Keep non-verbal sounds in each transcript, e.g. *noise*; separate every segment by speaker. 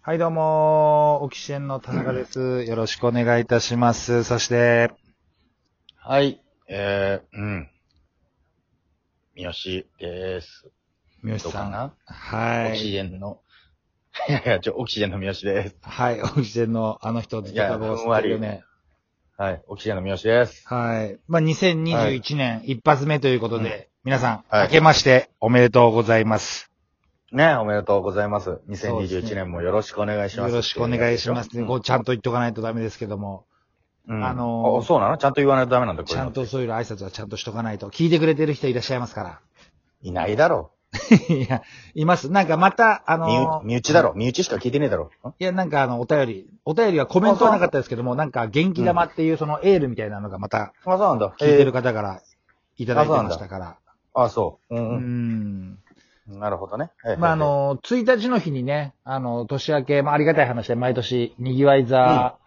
Speaker 1: はい、どうも、オキシエンの田中です。よろしくお願いいたします。そして、
Speaker 2: はい、えー、うん。三好です。
Speaker 1: 三好
Speaker 2: どう
Speaker 1: さ
Speaker 2: か
Speaker 1: ん。
Speaker 2: な、
Speaker 1: は
Speaker 2: オキシ
Speaker 1: い。
Speaker 2: ジェンの、 *laughs* いやいや、ちょ、オキシジェンの三好です。
Speaker 1: はい、オキシエンのあの人ずっとタバコ吸ってるよ
Speaker 2: いやふんわ
Speaker 1: ね。
Speaker 2: はい、オキシジェンの三好です。
Speaker 1: はい。まあ、2021年一発目ということで、
Speaker 2: う
Speaker 1: 皆さん、
Speaker 2: はい
Speaker 1: 明けましておめでとうございます。
Speaker 2: ね、おめでとうございます。
Speaker 1: そうですね
Speaker 2: 2021年もよろしくお願いしま
Speaker 1: よ
Speaker 2: す。
Speaker 1: ろしくお願いします、
Speaker 2: うん
Speaker 1: こうちゃんと言っとかないとダメですけども、
Speaker 2: うん
Speaker 1: あのー
Speaker 2: あ、そうなのちゃんと言わないとダメなんだ、これ。
Speaker 1: ちゃんとそういう挨拶はちゃんとしとかないと。聞いてくれてる人いらっ *laughs* しゃいますか
Speaker 2: いないだろ
Speaker 1: ら。いや、います。なんかまた、あ
Speaker 2: う。
Speaker 1: の
Speaker 2: 身
Speaker 1: ー
Speaker 2: 内身内だろう。身内しか聞いてねえだろう。ん
Speaker 1: いや、なんかあの、お便り、お便りはコメントはなかったですけども、なんか元気玉っていうそのエールみたいなのがまた
Speaker 2: あ、そうなんだ。
Speaker 1: 聞いてる
Speaker 2: か。
Speaker 1: 方からいただいてましたから。
Speaker 2: あ、そう。う
Speaker 1: うん
Speaker 2: うん。
Speaker 1: ん。
Speaker 2: なるほどね。はいはいはい
Speaker 1: まあ、あ、の、1日の日にね、あの、年明け、まあありがたい話で毎年、にぎわい座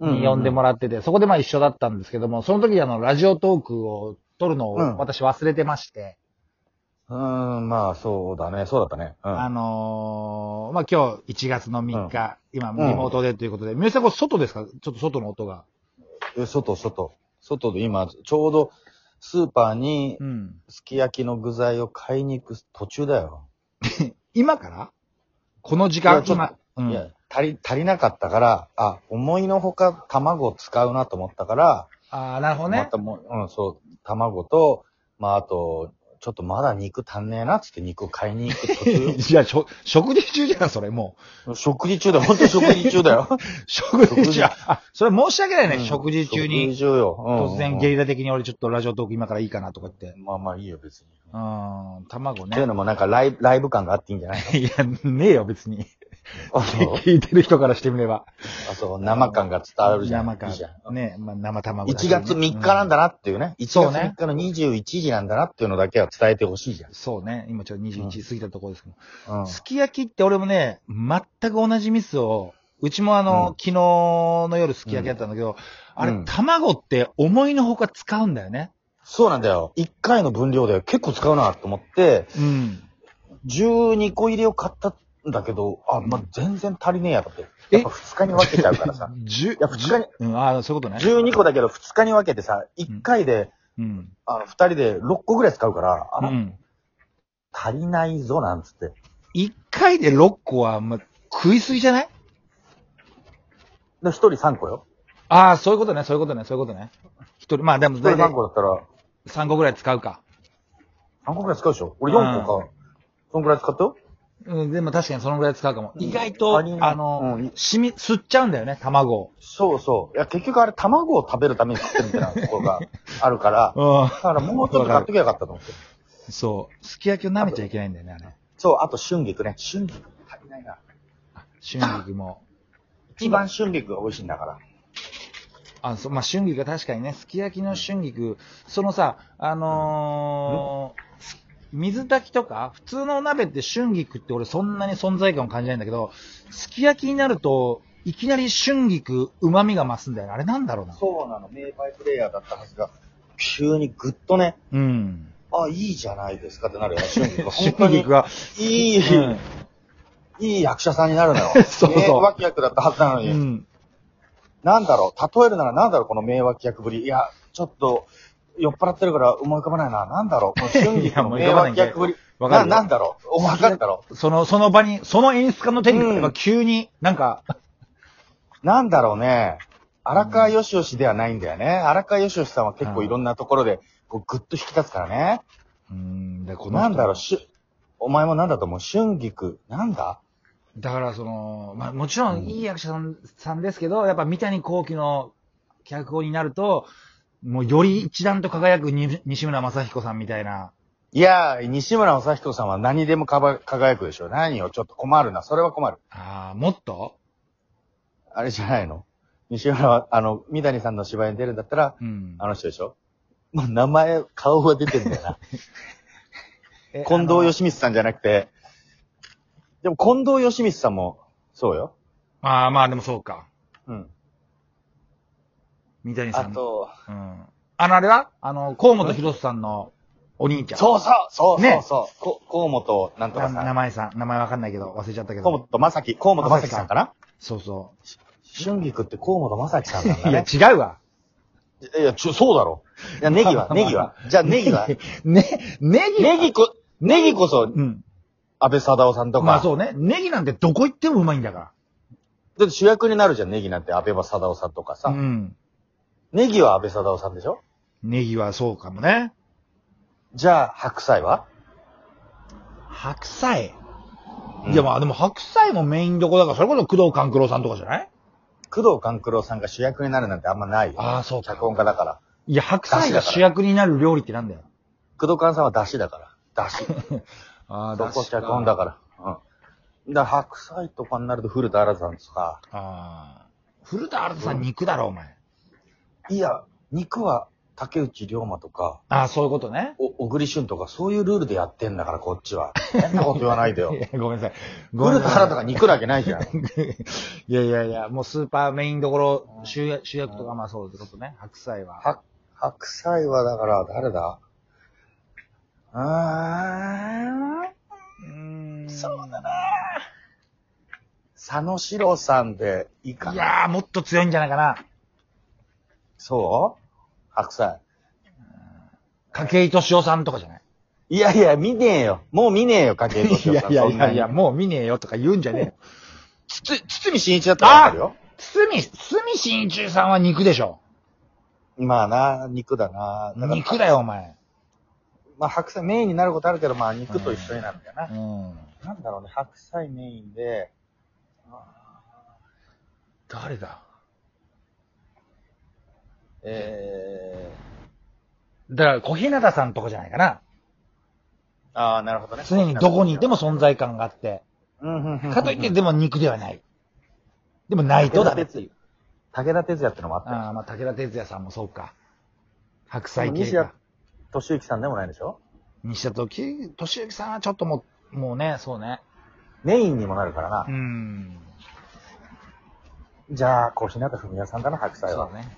Speaker 1: に呼んでも
Speaker 2: ら
Speaker 1: らってて、そこでまあ一緒だったんですけども、その時にあの、ラジオトークを撮るのを
Speaker 2: うん
Speaker 1: 私忘れてまして、
Speaker 2: うん。うん、まあ、そうだね。そうだったね。うん。
Speaker 1: あのーまあ今日1月の3日、今リモートでということで、皆さんこれ外ですかちょっと外の音が。
Speaker 2: え外、外。外で今、ちょうど、スーパーに
Speaker 1: う、ん。
Speaker 2: すき焼きの具材を買いに行く途中だよ。
Speaker 1: 今からこの時
Speaker 2: い
Speaker 1: 間
Speaker 2: やちょっと
Speaker 1: 今うん
Speaker 2: いや、足り、足りなかったから、あ、思いのほか卵を使うなと思ったから、
Speaker 1: ああ、なるほど
Speaker 2: ま
Speaker 1: ね。
Speaker 2: たもう、うん、そう、卵と、まあ、あと、ちょっとまだ肉足んねえな、つって肉を買いに行く途中。
Speaker 1: *laughs* いや、しょ、食事中じゃん、それ、も
Speaker 2: 食事中だよ、ほんと食事中だよ。
Speaker 1: う。食事
Speaker 2: *laughs* 食
Speaker 1: 中。
Speaker 2: 事
Speaker 1: あ、それ申し訳ない *laughs* ね、
Speaker 2: うん
Speaker 1: 食事中
Speaker 2: 食
Speaker 1: に。
Speaker 2: 事中よ。うん
Speaker 1: 突然ゲリ
Speaker 2: うん
Speaker 1: ラ的に俺ちょっとラジオトーク今からいいかなとか言って。
Speaker 2: まあまあいいよ、別に。
Speaker 1: う
Speaker 2: っ
Speaker 1: ん、卵
Speaker 2: ていう
Speaker 1: ね。
Speaker 2: のもなんかライブ、ライブ感があっていいんじゃない
Speaker 1: *laughs* いや、ねえよ、別に。
Speaker 2: あ、そう
Speaker 1: 聞いてる人からしてみれば。
Speaker 2: あ、そう、生感が伝わるじゃん。
Speaker 1: 生
Speaker 2: い
Speaker 1: 感
Speaker 2: いじゃん。。
Speaker 1: ねまあ、生卵だし
Speaker 2: 1
Speaker 1: ね。
Speaker 2: 月3日なんだなっていうね。1月
Speaker 1: そうね
Speaker 2: 3日の21時なんだなっていうのだけは伝えてほしいじゃ
Speaker 1: うん。そうね。今ちょっと
Speaker 2: う
Speaker 1: 21
Speaker 2: ん
Speaker 1: 過ぎたところですけど。
Speaker 2: ん。うん。
Speaker 1: すき焼きって俺もね、全く同じミスを、うちもあの、
Speaker 2: うん
Speaker 1: 昨日の夜すき焼きだったんだけど、あれ、
Speaker 2: うん
Speaker 1: 卵って思いのほか使うんだよね。
Speaker 2: そうなんだよ。1回の分量で結構使うなと思って、
Speaker 1: うん。
Speaker 2: 12個入りを買ったんだけど、あ、まあ、全然足りねえやろって。
Speaker 1: え。
Speaker 2: やっぱ2日に分けちゃうからさ
Speaker 1: *laughs* 十、い
Speaker 2: や普通に
Speaker 1: うん、ああ、そういうことね。
Speaker 2: 12個だけど2日に分けてさ、1回で、
Speaker 1: うん。
Speaker 2: あの、2人で6個ぐらい使うから、あ
Speaker 1: う
Speaker 2: の、
Speaker 1: ん。
Speaker 2: 足りないぞなんつって。
Speaker 1: 一回で六個は、ま、食いすぎじゃない
Speaker 2: で、1人3個よ。
Speaker 1: ああ、そういうことね、そういうことね、そういうことね。一人、まあでも
Speaker 2: 1人
Speaker 1: 大体
Speaker 2: 3個だったら、
Speaker 1: 3個ぐらい使うか。
Speaker 2: 3個ぐらい使うでしょ俺4個か。そんぐらい使ったよ
Speaker 1: うん、でも確かにそのぐらい使うかも。
Speaker 2: うん
Speaker 1: 意外と、
Speaker 2: あり
Speaker 1: あの、
Speaker 2: うん
Speaker 1: しみ、吸っちゃうんだよね、卵を。
Speaker 2: そうそう。いや、結局あれ、卵を食べるために食ってるみたいなとこ
Speaker 1: *laughs*
Speaker 2: ろがあるから、
Speaker 1: うん
Speaker 2: だ。からもうちょっと買っときゃよかったと思って。
Speaker 1: そう。すき焼きを舐めちゃいけないんだよね、あれ。
Speaker 2: そう、あと春菊ね。春菊足りないな。
Speaker 1: 春菊も。
Speaker 2: 一番春菊が美味しいんだから。
Speaker 1: あ、そう、まあ、春菊が確かにね、すき焼きの春菊、そのさ、あのーす水炊きとか、普通のお鍋って春菊って俺そんなに存在感を感じないんだけど、すき焼きになると、いきなり春菊、旨味が増すんだよね。あれなんだろうな。
Speaker 2: そうなの、名バイプレイヤーだったはずが、急にぐっとね、
Speaker 1: うん。
Speaker 2: あ、いいじゃないですかってなるよね、春菊が。本
Speaker 1: *laughs*
Speaker 2: 当
Speaker 1: 春
Speaker 2: に
Speaker 1: 菊、が、
Speaker 2: いい、
Speaker 1: うん。
Speaker 2: いい役者さんになるのよ
Speaker 1: *laughs* そうそう
Speaker 2: 名脇役だったはずなの
Speaker 1: う
Speaker 2: に。
Speaker 1: ん。
Speaker 2: なんだろう、例えるならなんだろう、この名脇役ぶり。いや、ちょっと、酔っ払ってるから思い浮かばないな。なんだろう、この春菊の名脇役ぶり。
Speaker 1: わかるよ
Speaker 2: な、なんだろう、おわかるだろ
Speaker 1: その、その場に、その演出家の手にかけば急に、なんか、
Speaker 2: う。なんだろうね。荒川よしよしではないんだよね。荒川よしよしさんは結構いろんなところで、こう、ぐっと引き立つからね。
Speaker 1: うん、でこの人
Speaker 2: なんだろう、しゅ、お前もなんだと思う春菊、なんだ
Speaker 1: だから、その、まあ、もちろん、いい役者さん,、さんですけど、やっぱ三谷幸喜の脚本になると、もうより一段と輝くに西村正彦さんみたいな。
Speaker 2: いやー、西村正彦さんは何でもかば輝くでしょ。何よ、ちょっと困るな。それは困る。
Speaker 1: ああ、もっと
Speaker 2: あれじゃないの西村は、あの、三谷さんの芝居に出るんだったら、
Speaker 1: うん。
Speaker 2: あの人でしょもう名前、顔は出てんだよ *laughs* な。
Speaker 1: え
Speaker 2: 近藤
Speaker 1: あの
Speaker 2: 義光さんじゃなくて、でも近藤義光さんも、そうよ。
Speaker 1: ああ、まあでもそうか。
Speaker 2: うん。
Speaker 1: 三谷
Speaker 2: あ
Speaker 1: さん。
Speaker 2: と、
Speaker 1: うん。あの、あれはあの、河本博さんのお兄ちゃん。
Speaker 2: そうそうそうそう
Speaker 1: ね
Speaker 2: そう。こ河本なんと
Speaker 1: な
Speaker 2: かさ
Speaker 1: 名
Speaker 2: ん。
Speaker 1: 前さん、名前わかんないけど、忘れちゃったけ
Speaker 2: 河
Speaker 1: ど。
Speaker 2: 本正樹。河本正樹さんかな
Speaker 1: そうそ
Speaker 2: 春菊って河本正樹さんなん
Speaker 1: う。
Speaker 2: だ
Speaker 1: いや、
Speaker 2: ね。
Speaker 1: 違う
Speaker 2: *laughs*
Speaker 1: わ。
Speaker 2: いや、ちょ、そうだろ。いや、ネギ *laughs* は、ネギは。じゃあネギは。
Speaker 1: ね、ネギ
Speaker 2: ネギこ、ネギこそ、
Speaker 1: うん。
Speaker 2: 安倍貞夫さんとか。
Speaker 1: まあそうね。ネギなんてどこ行ってもうまいんだか。
Speaker 2: だって主役になるじゃん、ネギなんて。安倍貞夫さんとからさ。
Speaker 1: うん。
Speaker 2: ネギは安倍貞夫さんでしょ
Speaker 1: ネギはそうかもね。
Speaker 2: じゃあ、白菜は
Speaker 1: 白菜。
Speaker 2: うん
Speaker 1: いやまあでも白菜もメインどこだから、それこそ工藤官九郎さんとかじゃない
Speaker 2: 工藤官九郎さんが主役になるなんてあんまないよ。
Speaker 1: ああ、そう
Speaker 2: 脚本家だから。
Speaker 1: いや、白菜が主役になる料理ってなんだよ。
Speaker 2: 工藤官さんは出汁だから。出汁。
Speaker 1: あ
Speaker 2: そこ脚本だから。うん。だから白菜とかになると古田新太さんとか。
Speaker 1: ああ。古田新太さん肉だろ、お前。
Speaker 2: いや、肉は竹内涼真とか、
Speaker 1: ああ、そういうことね。
Speaker 2: お小栗旬とか、そういうルールでやってんだから、こっちは。変なこと言わないでよ
Speaker 1: い。やごめんなさい。 *laughs* ごめ
Speaker 2: 古
Speaker 1: んな
Speaker 2: 田
Speaker 1: さ
Speaker 2: 新
Speaker 1: い
Speaker 2: 太が肉なわけないじゃん。
Speaker 1: いやいやいや、もうスーパーメインどころ、主役主役とか、まあそういうことね。白菜は。
Speaker 2: は白菜はだから、誰だあー、
Speaker 1: うーん。
Speaker 2: そうだな佐野史郎さんでいいか
Speaker 1: い
Speaker 2: な。
Speaker 1: やー、もっと強いんじゃないかな。
Speaker 2: そう白菜。
Speaker 1: 筧敏夫さんとかじゃない
Speaker 2: いやいや、見ねえよ。もう見ねえよ、家計とし
Speaker 1: いやいやいやいや、
Speaker 2: や。
Speaker 1: もう見ねえよとか言うんじゃねえよ。
Speaker 2: つつ、堤真一だったらわかるよ。
Speaker 1: 堤、堤真一さんは肉でしょ。
Speaker 2: まあな、肉だな。だから
Speaker 1: 肉だよ、お前。
Speaker 2: まあ白菜メインになることあるけど、まあ肉と一緒になるんだよな
Speaker 1: う。ん。
Speaker 2: なんだろうね、白菜メインで、
Speaker 1: 誰だ
Speaker 2: え
Speaker 1: だから、小日向さんとかじゃないかな。
Speaker 2: ー、ああ、なるほどね。
Speaker 1: 常にどこにいても存在感があって。
Speaker 2: うん、うん、うん。
Speaker 1: かといって、でも肉ではない。でもないとだね。
Speaker 2: 武田鉄矢ってのもあったよ。
Speaker 1: ああ、まあ、武田鉄矢さんもそうか。白菜系
Speaker 2: 西田
Speaker 1: か。
Speaker 2: 敏行さんでもないでしょ
Speaker 1: 西田とき、俊之さんはちょっともう、もうね、そうね。
Speaker 2: メインにもなるからな
Speaker 1: う。ん。
Speaker 2: じゃあ、小日向文也さんだな、白菜
Speaker 1: そう
Speaker 2: は。
Speaker 1: だね。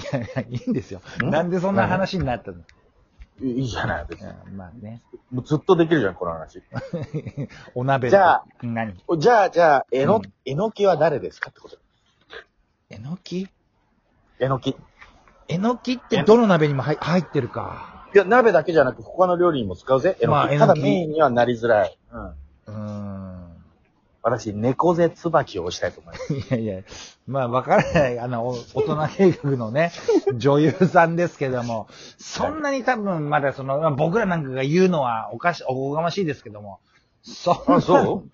Speaker 1: *laughs* いやいや、いいんですよ。
Speaker 2: ん
Speaker 1: なんでそんな話になったの
Speaker 2: いいいじゃない、別に。
Speaker 1: うんまあね。 *laughs*
Speaker 2: もうずっとできるじゃん、この話。
Speaker 1: お鍋と
Speaker 2: じゃあ、
Speaker 1: 何
Speaker 2: じゃあ、じゃあ、え
Speaker 1: の
Speaker 2: の、えのきは誰ですかってこと。
Speaker 1: えのき
Speaker 2: えのき。い
Speaker 1: えのきってどの鍋にも入入ってるか。
Speaker 2: や、鍋だけじゃなく、他の料理にも使うぜ、えのき。
Speaker 1: まあえの
Speaker 2: た
Speaker 1: き
Speaker 2: だ、メインにはなりづらい。うん。
Speaker 1: うーん。 *laughs*
Speaker 2: 私、猫背椿を押したいと思います。
Speaker 1: いやいや、まあ、わからない、あの、お大人計画の
Speaker 2: *laughs*
Speaker 1: ね、女優さんですけども、そんなに多分まだその、まあ僕らなんかが言うのはおかし、おこがましいですけども、そんな、
Speaker 2: あそ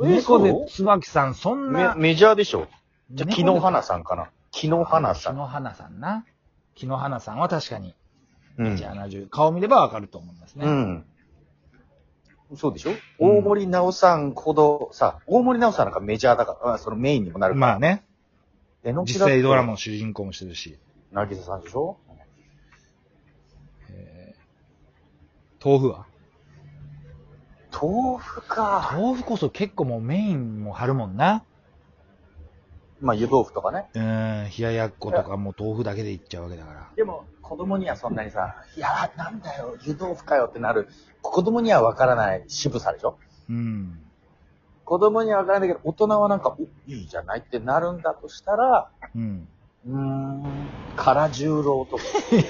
Speaker 2: うえ
Speaker 1: *laughs* 猫
Speaker 2: そう
Speaker 1: で椿さん、そん
Speaker 2: メ
Speaker 1: な、
Speaker 2: メジャーでしょじゃあ、木の
Speaker 1: 猫
Speaker 2: 花さんかな。木の花
Speaker 1: で
Speaker 2: さ
Speaker 1: 木
Speaker 2: ん。
Speaker 1: の花さんな。木の花さんは確かに、
Speaker 2: うん
Speaker 1: じゃあ70、顔見ればわかると思いますね。
Speaker 2: うん。そうでしょ、
Speaker 1: うん
Speaker 2: 大森直さんほどさ、大森直さんなんかメジャーだから、あそのメインにもなるから。
Speaker 1: まあね、
Speaker 2: えのき
Speaker 1: 実
Speaker 2: だって
Speaker 1: 際ドラマの主人公もしてるし、
Speaker 2: なぎささんでしょ
Speaker 1: 豆腐は
Speaker 2: 豆腐か。
Speaker 1: 豆腐こそ結構もうメインも張るもんな。
Speaker 2: まあ、湯豆腐とかね。
Speaker 1: うん、冷ややっことかもう豆腐だけでいっちゃうわけだから。
Speaker 2: でも、子供にはそんなにさ、いや、なんだよ、湯豆腐かよってなる、子供にはわからない渋さでしょ
Speaker 1: うん。
Speaker 2: 子供にはわからないけど、大人はなんか、おいいじゃないってなるんだとしたら、
Speaker 1: うん。
Speaker 2: うーん、唐十郎とか。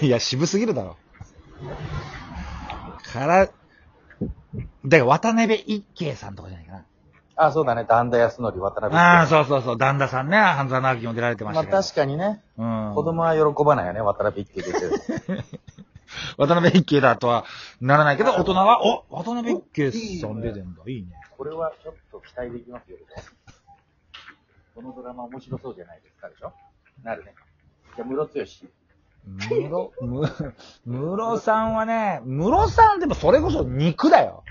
Speaker 1: *laughs*
Speaker 2: *laughs*
Speaker 1: いや、渋すぎるだろ。から、だから渡辺一慶さんとかじゃないかな。
Speaker 2: あ、そうだね、段田康則、渡辺。
Speaker 1: ああ、そうそうそう、旦那さんね、半沢直樹も出られてました
Speaker 2: まあ
Speaker 1: けど。
Speaker 2: 確かにね、
Speaker 1: うん。
Speaker 2: 子供は喜ばないよね、渡辺一家出てる。
Speaker 1: 渡辺一慶だとはならないけど、大人は、お渡辺一慶さん出てんだ。いいね。
Speaker 2: *laughs* これはちょっと期待できますよ、ね。このドラマ面白そうじゃないですか、でしょなるね。じゃあ、室強し。
Speaker 1: ムロ、む、 *laughs* ムロさんはね、ムロさんでもそれこそ肉だよ。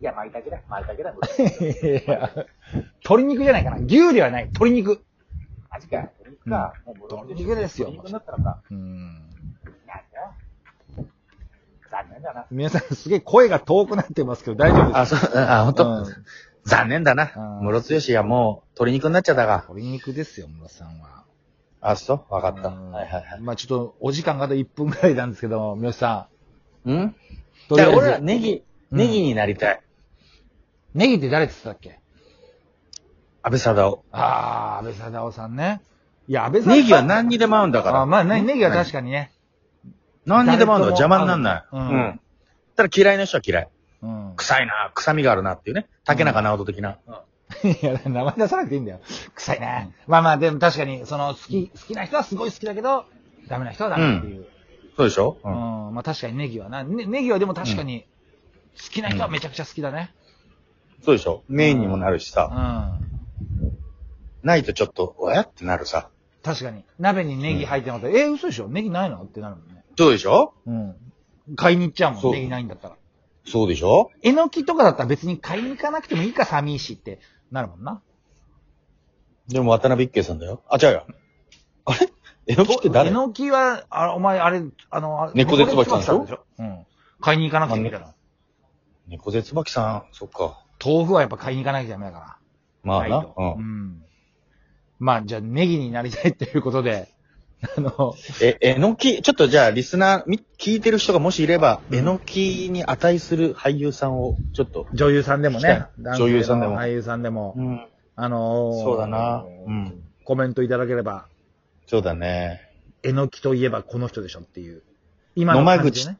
Speaker 2: いや、舞茸だ、舞茸だ、
Speaker 1: いや鶏肉じゃないかな。牛ではない。鶏肉。
Speaker 2: マジか、肉か。もう
Speaker 1: 鶏肉ですよ
Speaker 2: 肉になったのか。
Speaker 1: うん。
Speaker 2: なんだよ。残念だな。
Speaker 1: 皆さんすげえ声が遠くなってますけど、大丈夫ですか
Speaker 2: あ、そう、あ、本
Speaker 1: うん
Speaker 2: 当。残念だな
Speaker 1: う。ん
Speaker 2: 室強しがもう鶏肉になっちゃったが。
Speaker 1: 鶏肉ですよ、村さんは。
Speaker 2: あ、そうわかった。
Speaker 1: うん
Speaker 2: はいはいはい。
Speaker 1: まあちょっと、お時間があと1分くらいなんですけども、三好さ
Speaker 2: うん
Speaker 1: とりあえ
Speaker 2: 俺ら
Speaker 1: ず。
Speaker 2: ネギ、
Speaker 1: うん
Speaker 2: ネギになりたい。
Speaker 1: ネギって誰って言ってたっけ
Speaker 2: 安倍貞夫。
Speaker 1: あー、安倍貞夫さんね。いや、安倍貞夫
Speaker 2: ネギは何にでも合うんだから。
Speaker 1: あまあ、ね、ネギは確かにね。
Speaker 2: 何にでも合うんだから邪魔になんない。
Speaker 1: うん
Speaker 2: うん。ただ嫌いな人は嫌い。
Speaker 1: うん。
Speaker 2: 臭いな、臭みがあるなっていうね。竹中直人的な。
Speaker 1: *laughs* いや、名前出さなくていいんだよ。臭いね。まあまあ、でも確かに、その、好き、好きな人はすごい好きだけど、ダメな人はダメっていう。
Speaker 2: そうでしょ
Speaker 1: う
Speaker 2: うん
Speaker 1: ん。まあ確かにネギはな。ねネギはでも確かに、好きな人はめちゃくちゃ好きだね。
Speaker 2: そうでしょメインにもなるし
Speaker 1: う
Speaker 2: さ。
Speaker 1: ん。
Speaker 2: ないとちょっと、おやってなるさ。
Speaker 1: 確かに。鍋にネギ入ってなかったら、えー、嘘でしょネギないのってなるもんね。
Speaker 2: そうでしょ
Speaker 1: うん。買いに行っちゃうも
Speaker 2: そ
Speaker 1: ん、
Speaker 2: う
Speaker 1: ネギないんだったら。
Speaker 2: そうでしょ
Speaker 1: えのきとかだったら別に買いに行かなくてもいいか、寂しいってなるもんな。
Speaker 2: でも渡辺一慶さんだよ。あ、違うよ。あれえのきって誰
Speaker 1: えのきは、あお前、あれ、あの、あ
Speaker 2: 猫背椿さんでしょ
Speaker 1: 猫背椿うん。買いに行かなくてもいいから。
Speaker 2: 猫背椿さん、そっか。
Speaker 1: 豆腐はやっぱ買いに行かなきゃダメだから。
Speaker 2: まあ
Speaker 1: ない
Speaker 2: な
Speaker 1: と。
Speaker 2: う。
Speaker 1: うんん。まあ、じゃあ、ネギになりたいっていうことで、 *laughs* あの、
Speaker 2: え、えのき、ちょっとじゃあ、リスナー、み聞いてる人がもしいれば、えのきに値する俳優さんを、ちょっと。
Speaker 1: 女優さんでもね、
Speaker 2: 聞きたい女優さんでも
Speaker 1: 男性の俳優さんでも、
Speaker 2: ん。
Speaker 1: あのー
Speaker 2: そうだな。うん。
Speaker 1: コメントいただければ、
Speaker 2: そうだね。
Speaker 1: えのきといえばこの人でしょっていう。今
Speaker 2: 野間
Speaker 1: 感
Speaker 2: 口
Speaker 1: じでね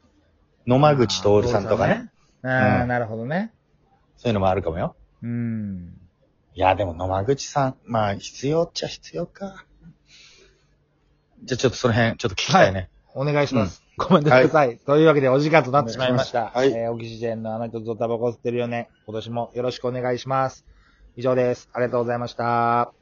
Speaker 2: 野間口徹さんとかね。。
Speaker 1: あーあー、
Speaker 2: うん
Speaker 1: なるほどね。
Speaker 2: そういうのもあるかもよ。
Speaker 1: うん。
Speaker 2: いや、でも野間口さん、まあ、必要っちゃ必要か。じゃあちょっとその辺、ちょっと聞きたいね。
Speaker 1: お願いします。コメントください,、というわけでお時間となってしまいました。
Speaker 2: お願いしますは
Speaker 1: えーオキシジェンのあの人とタバコ吸ってるよね。今年もよろしくお願いします。以上です。ありがとうございました。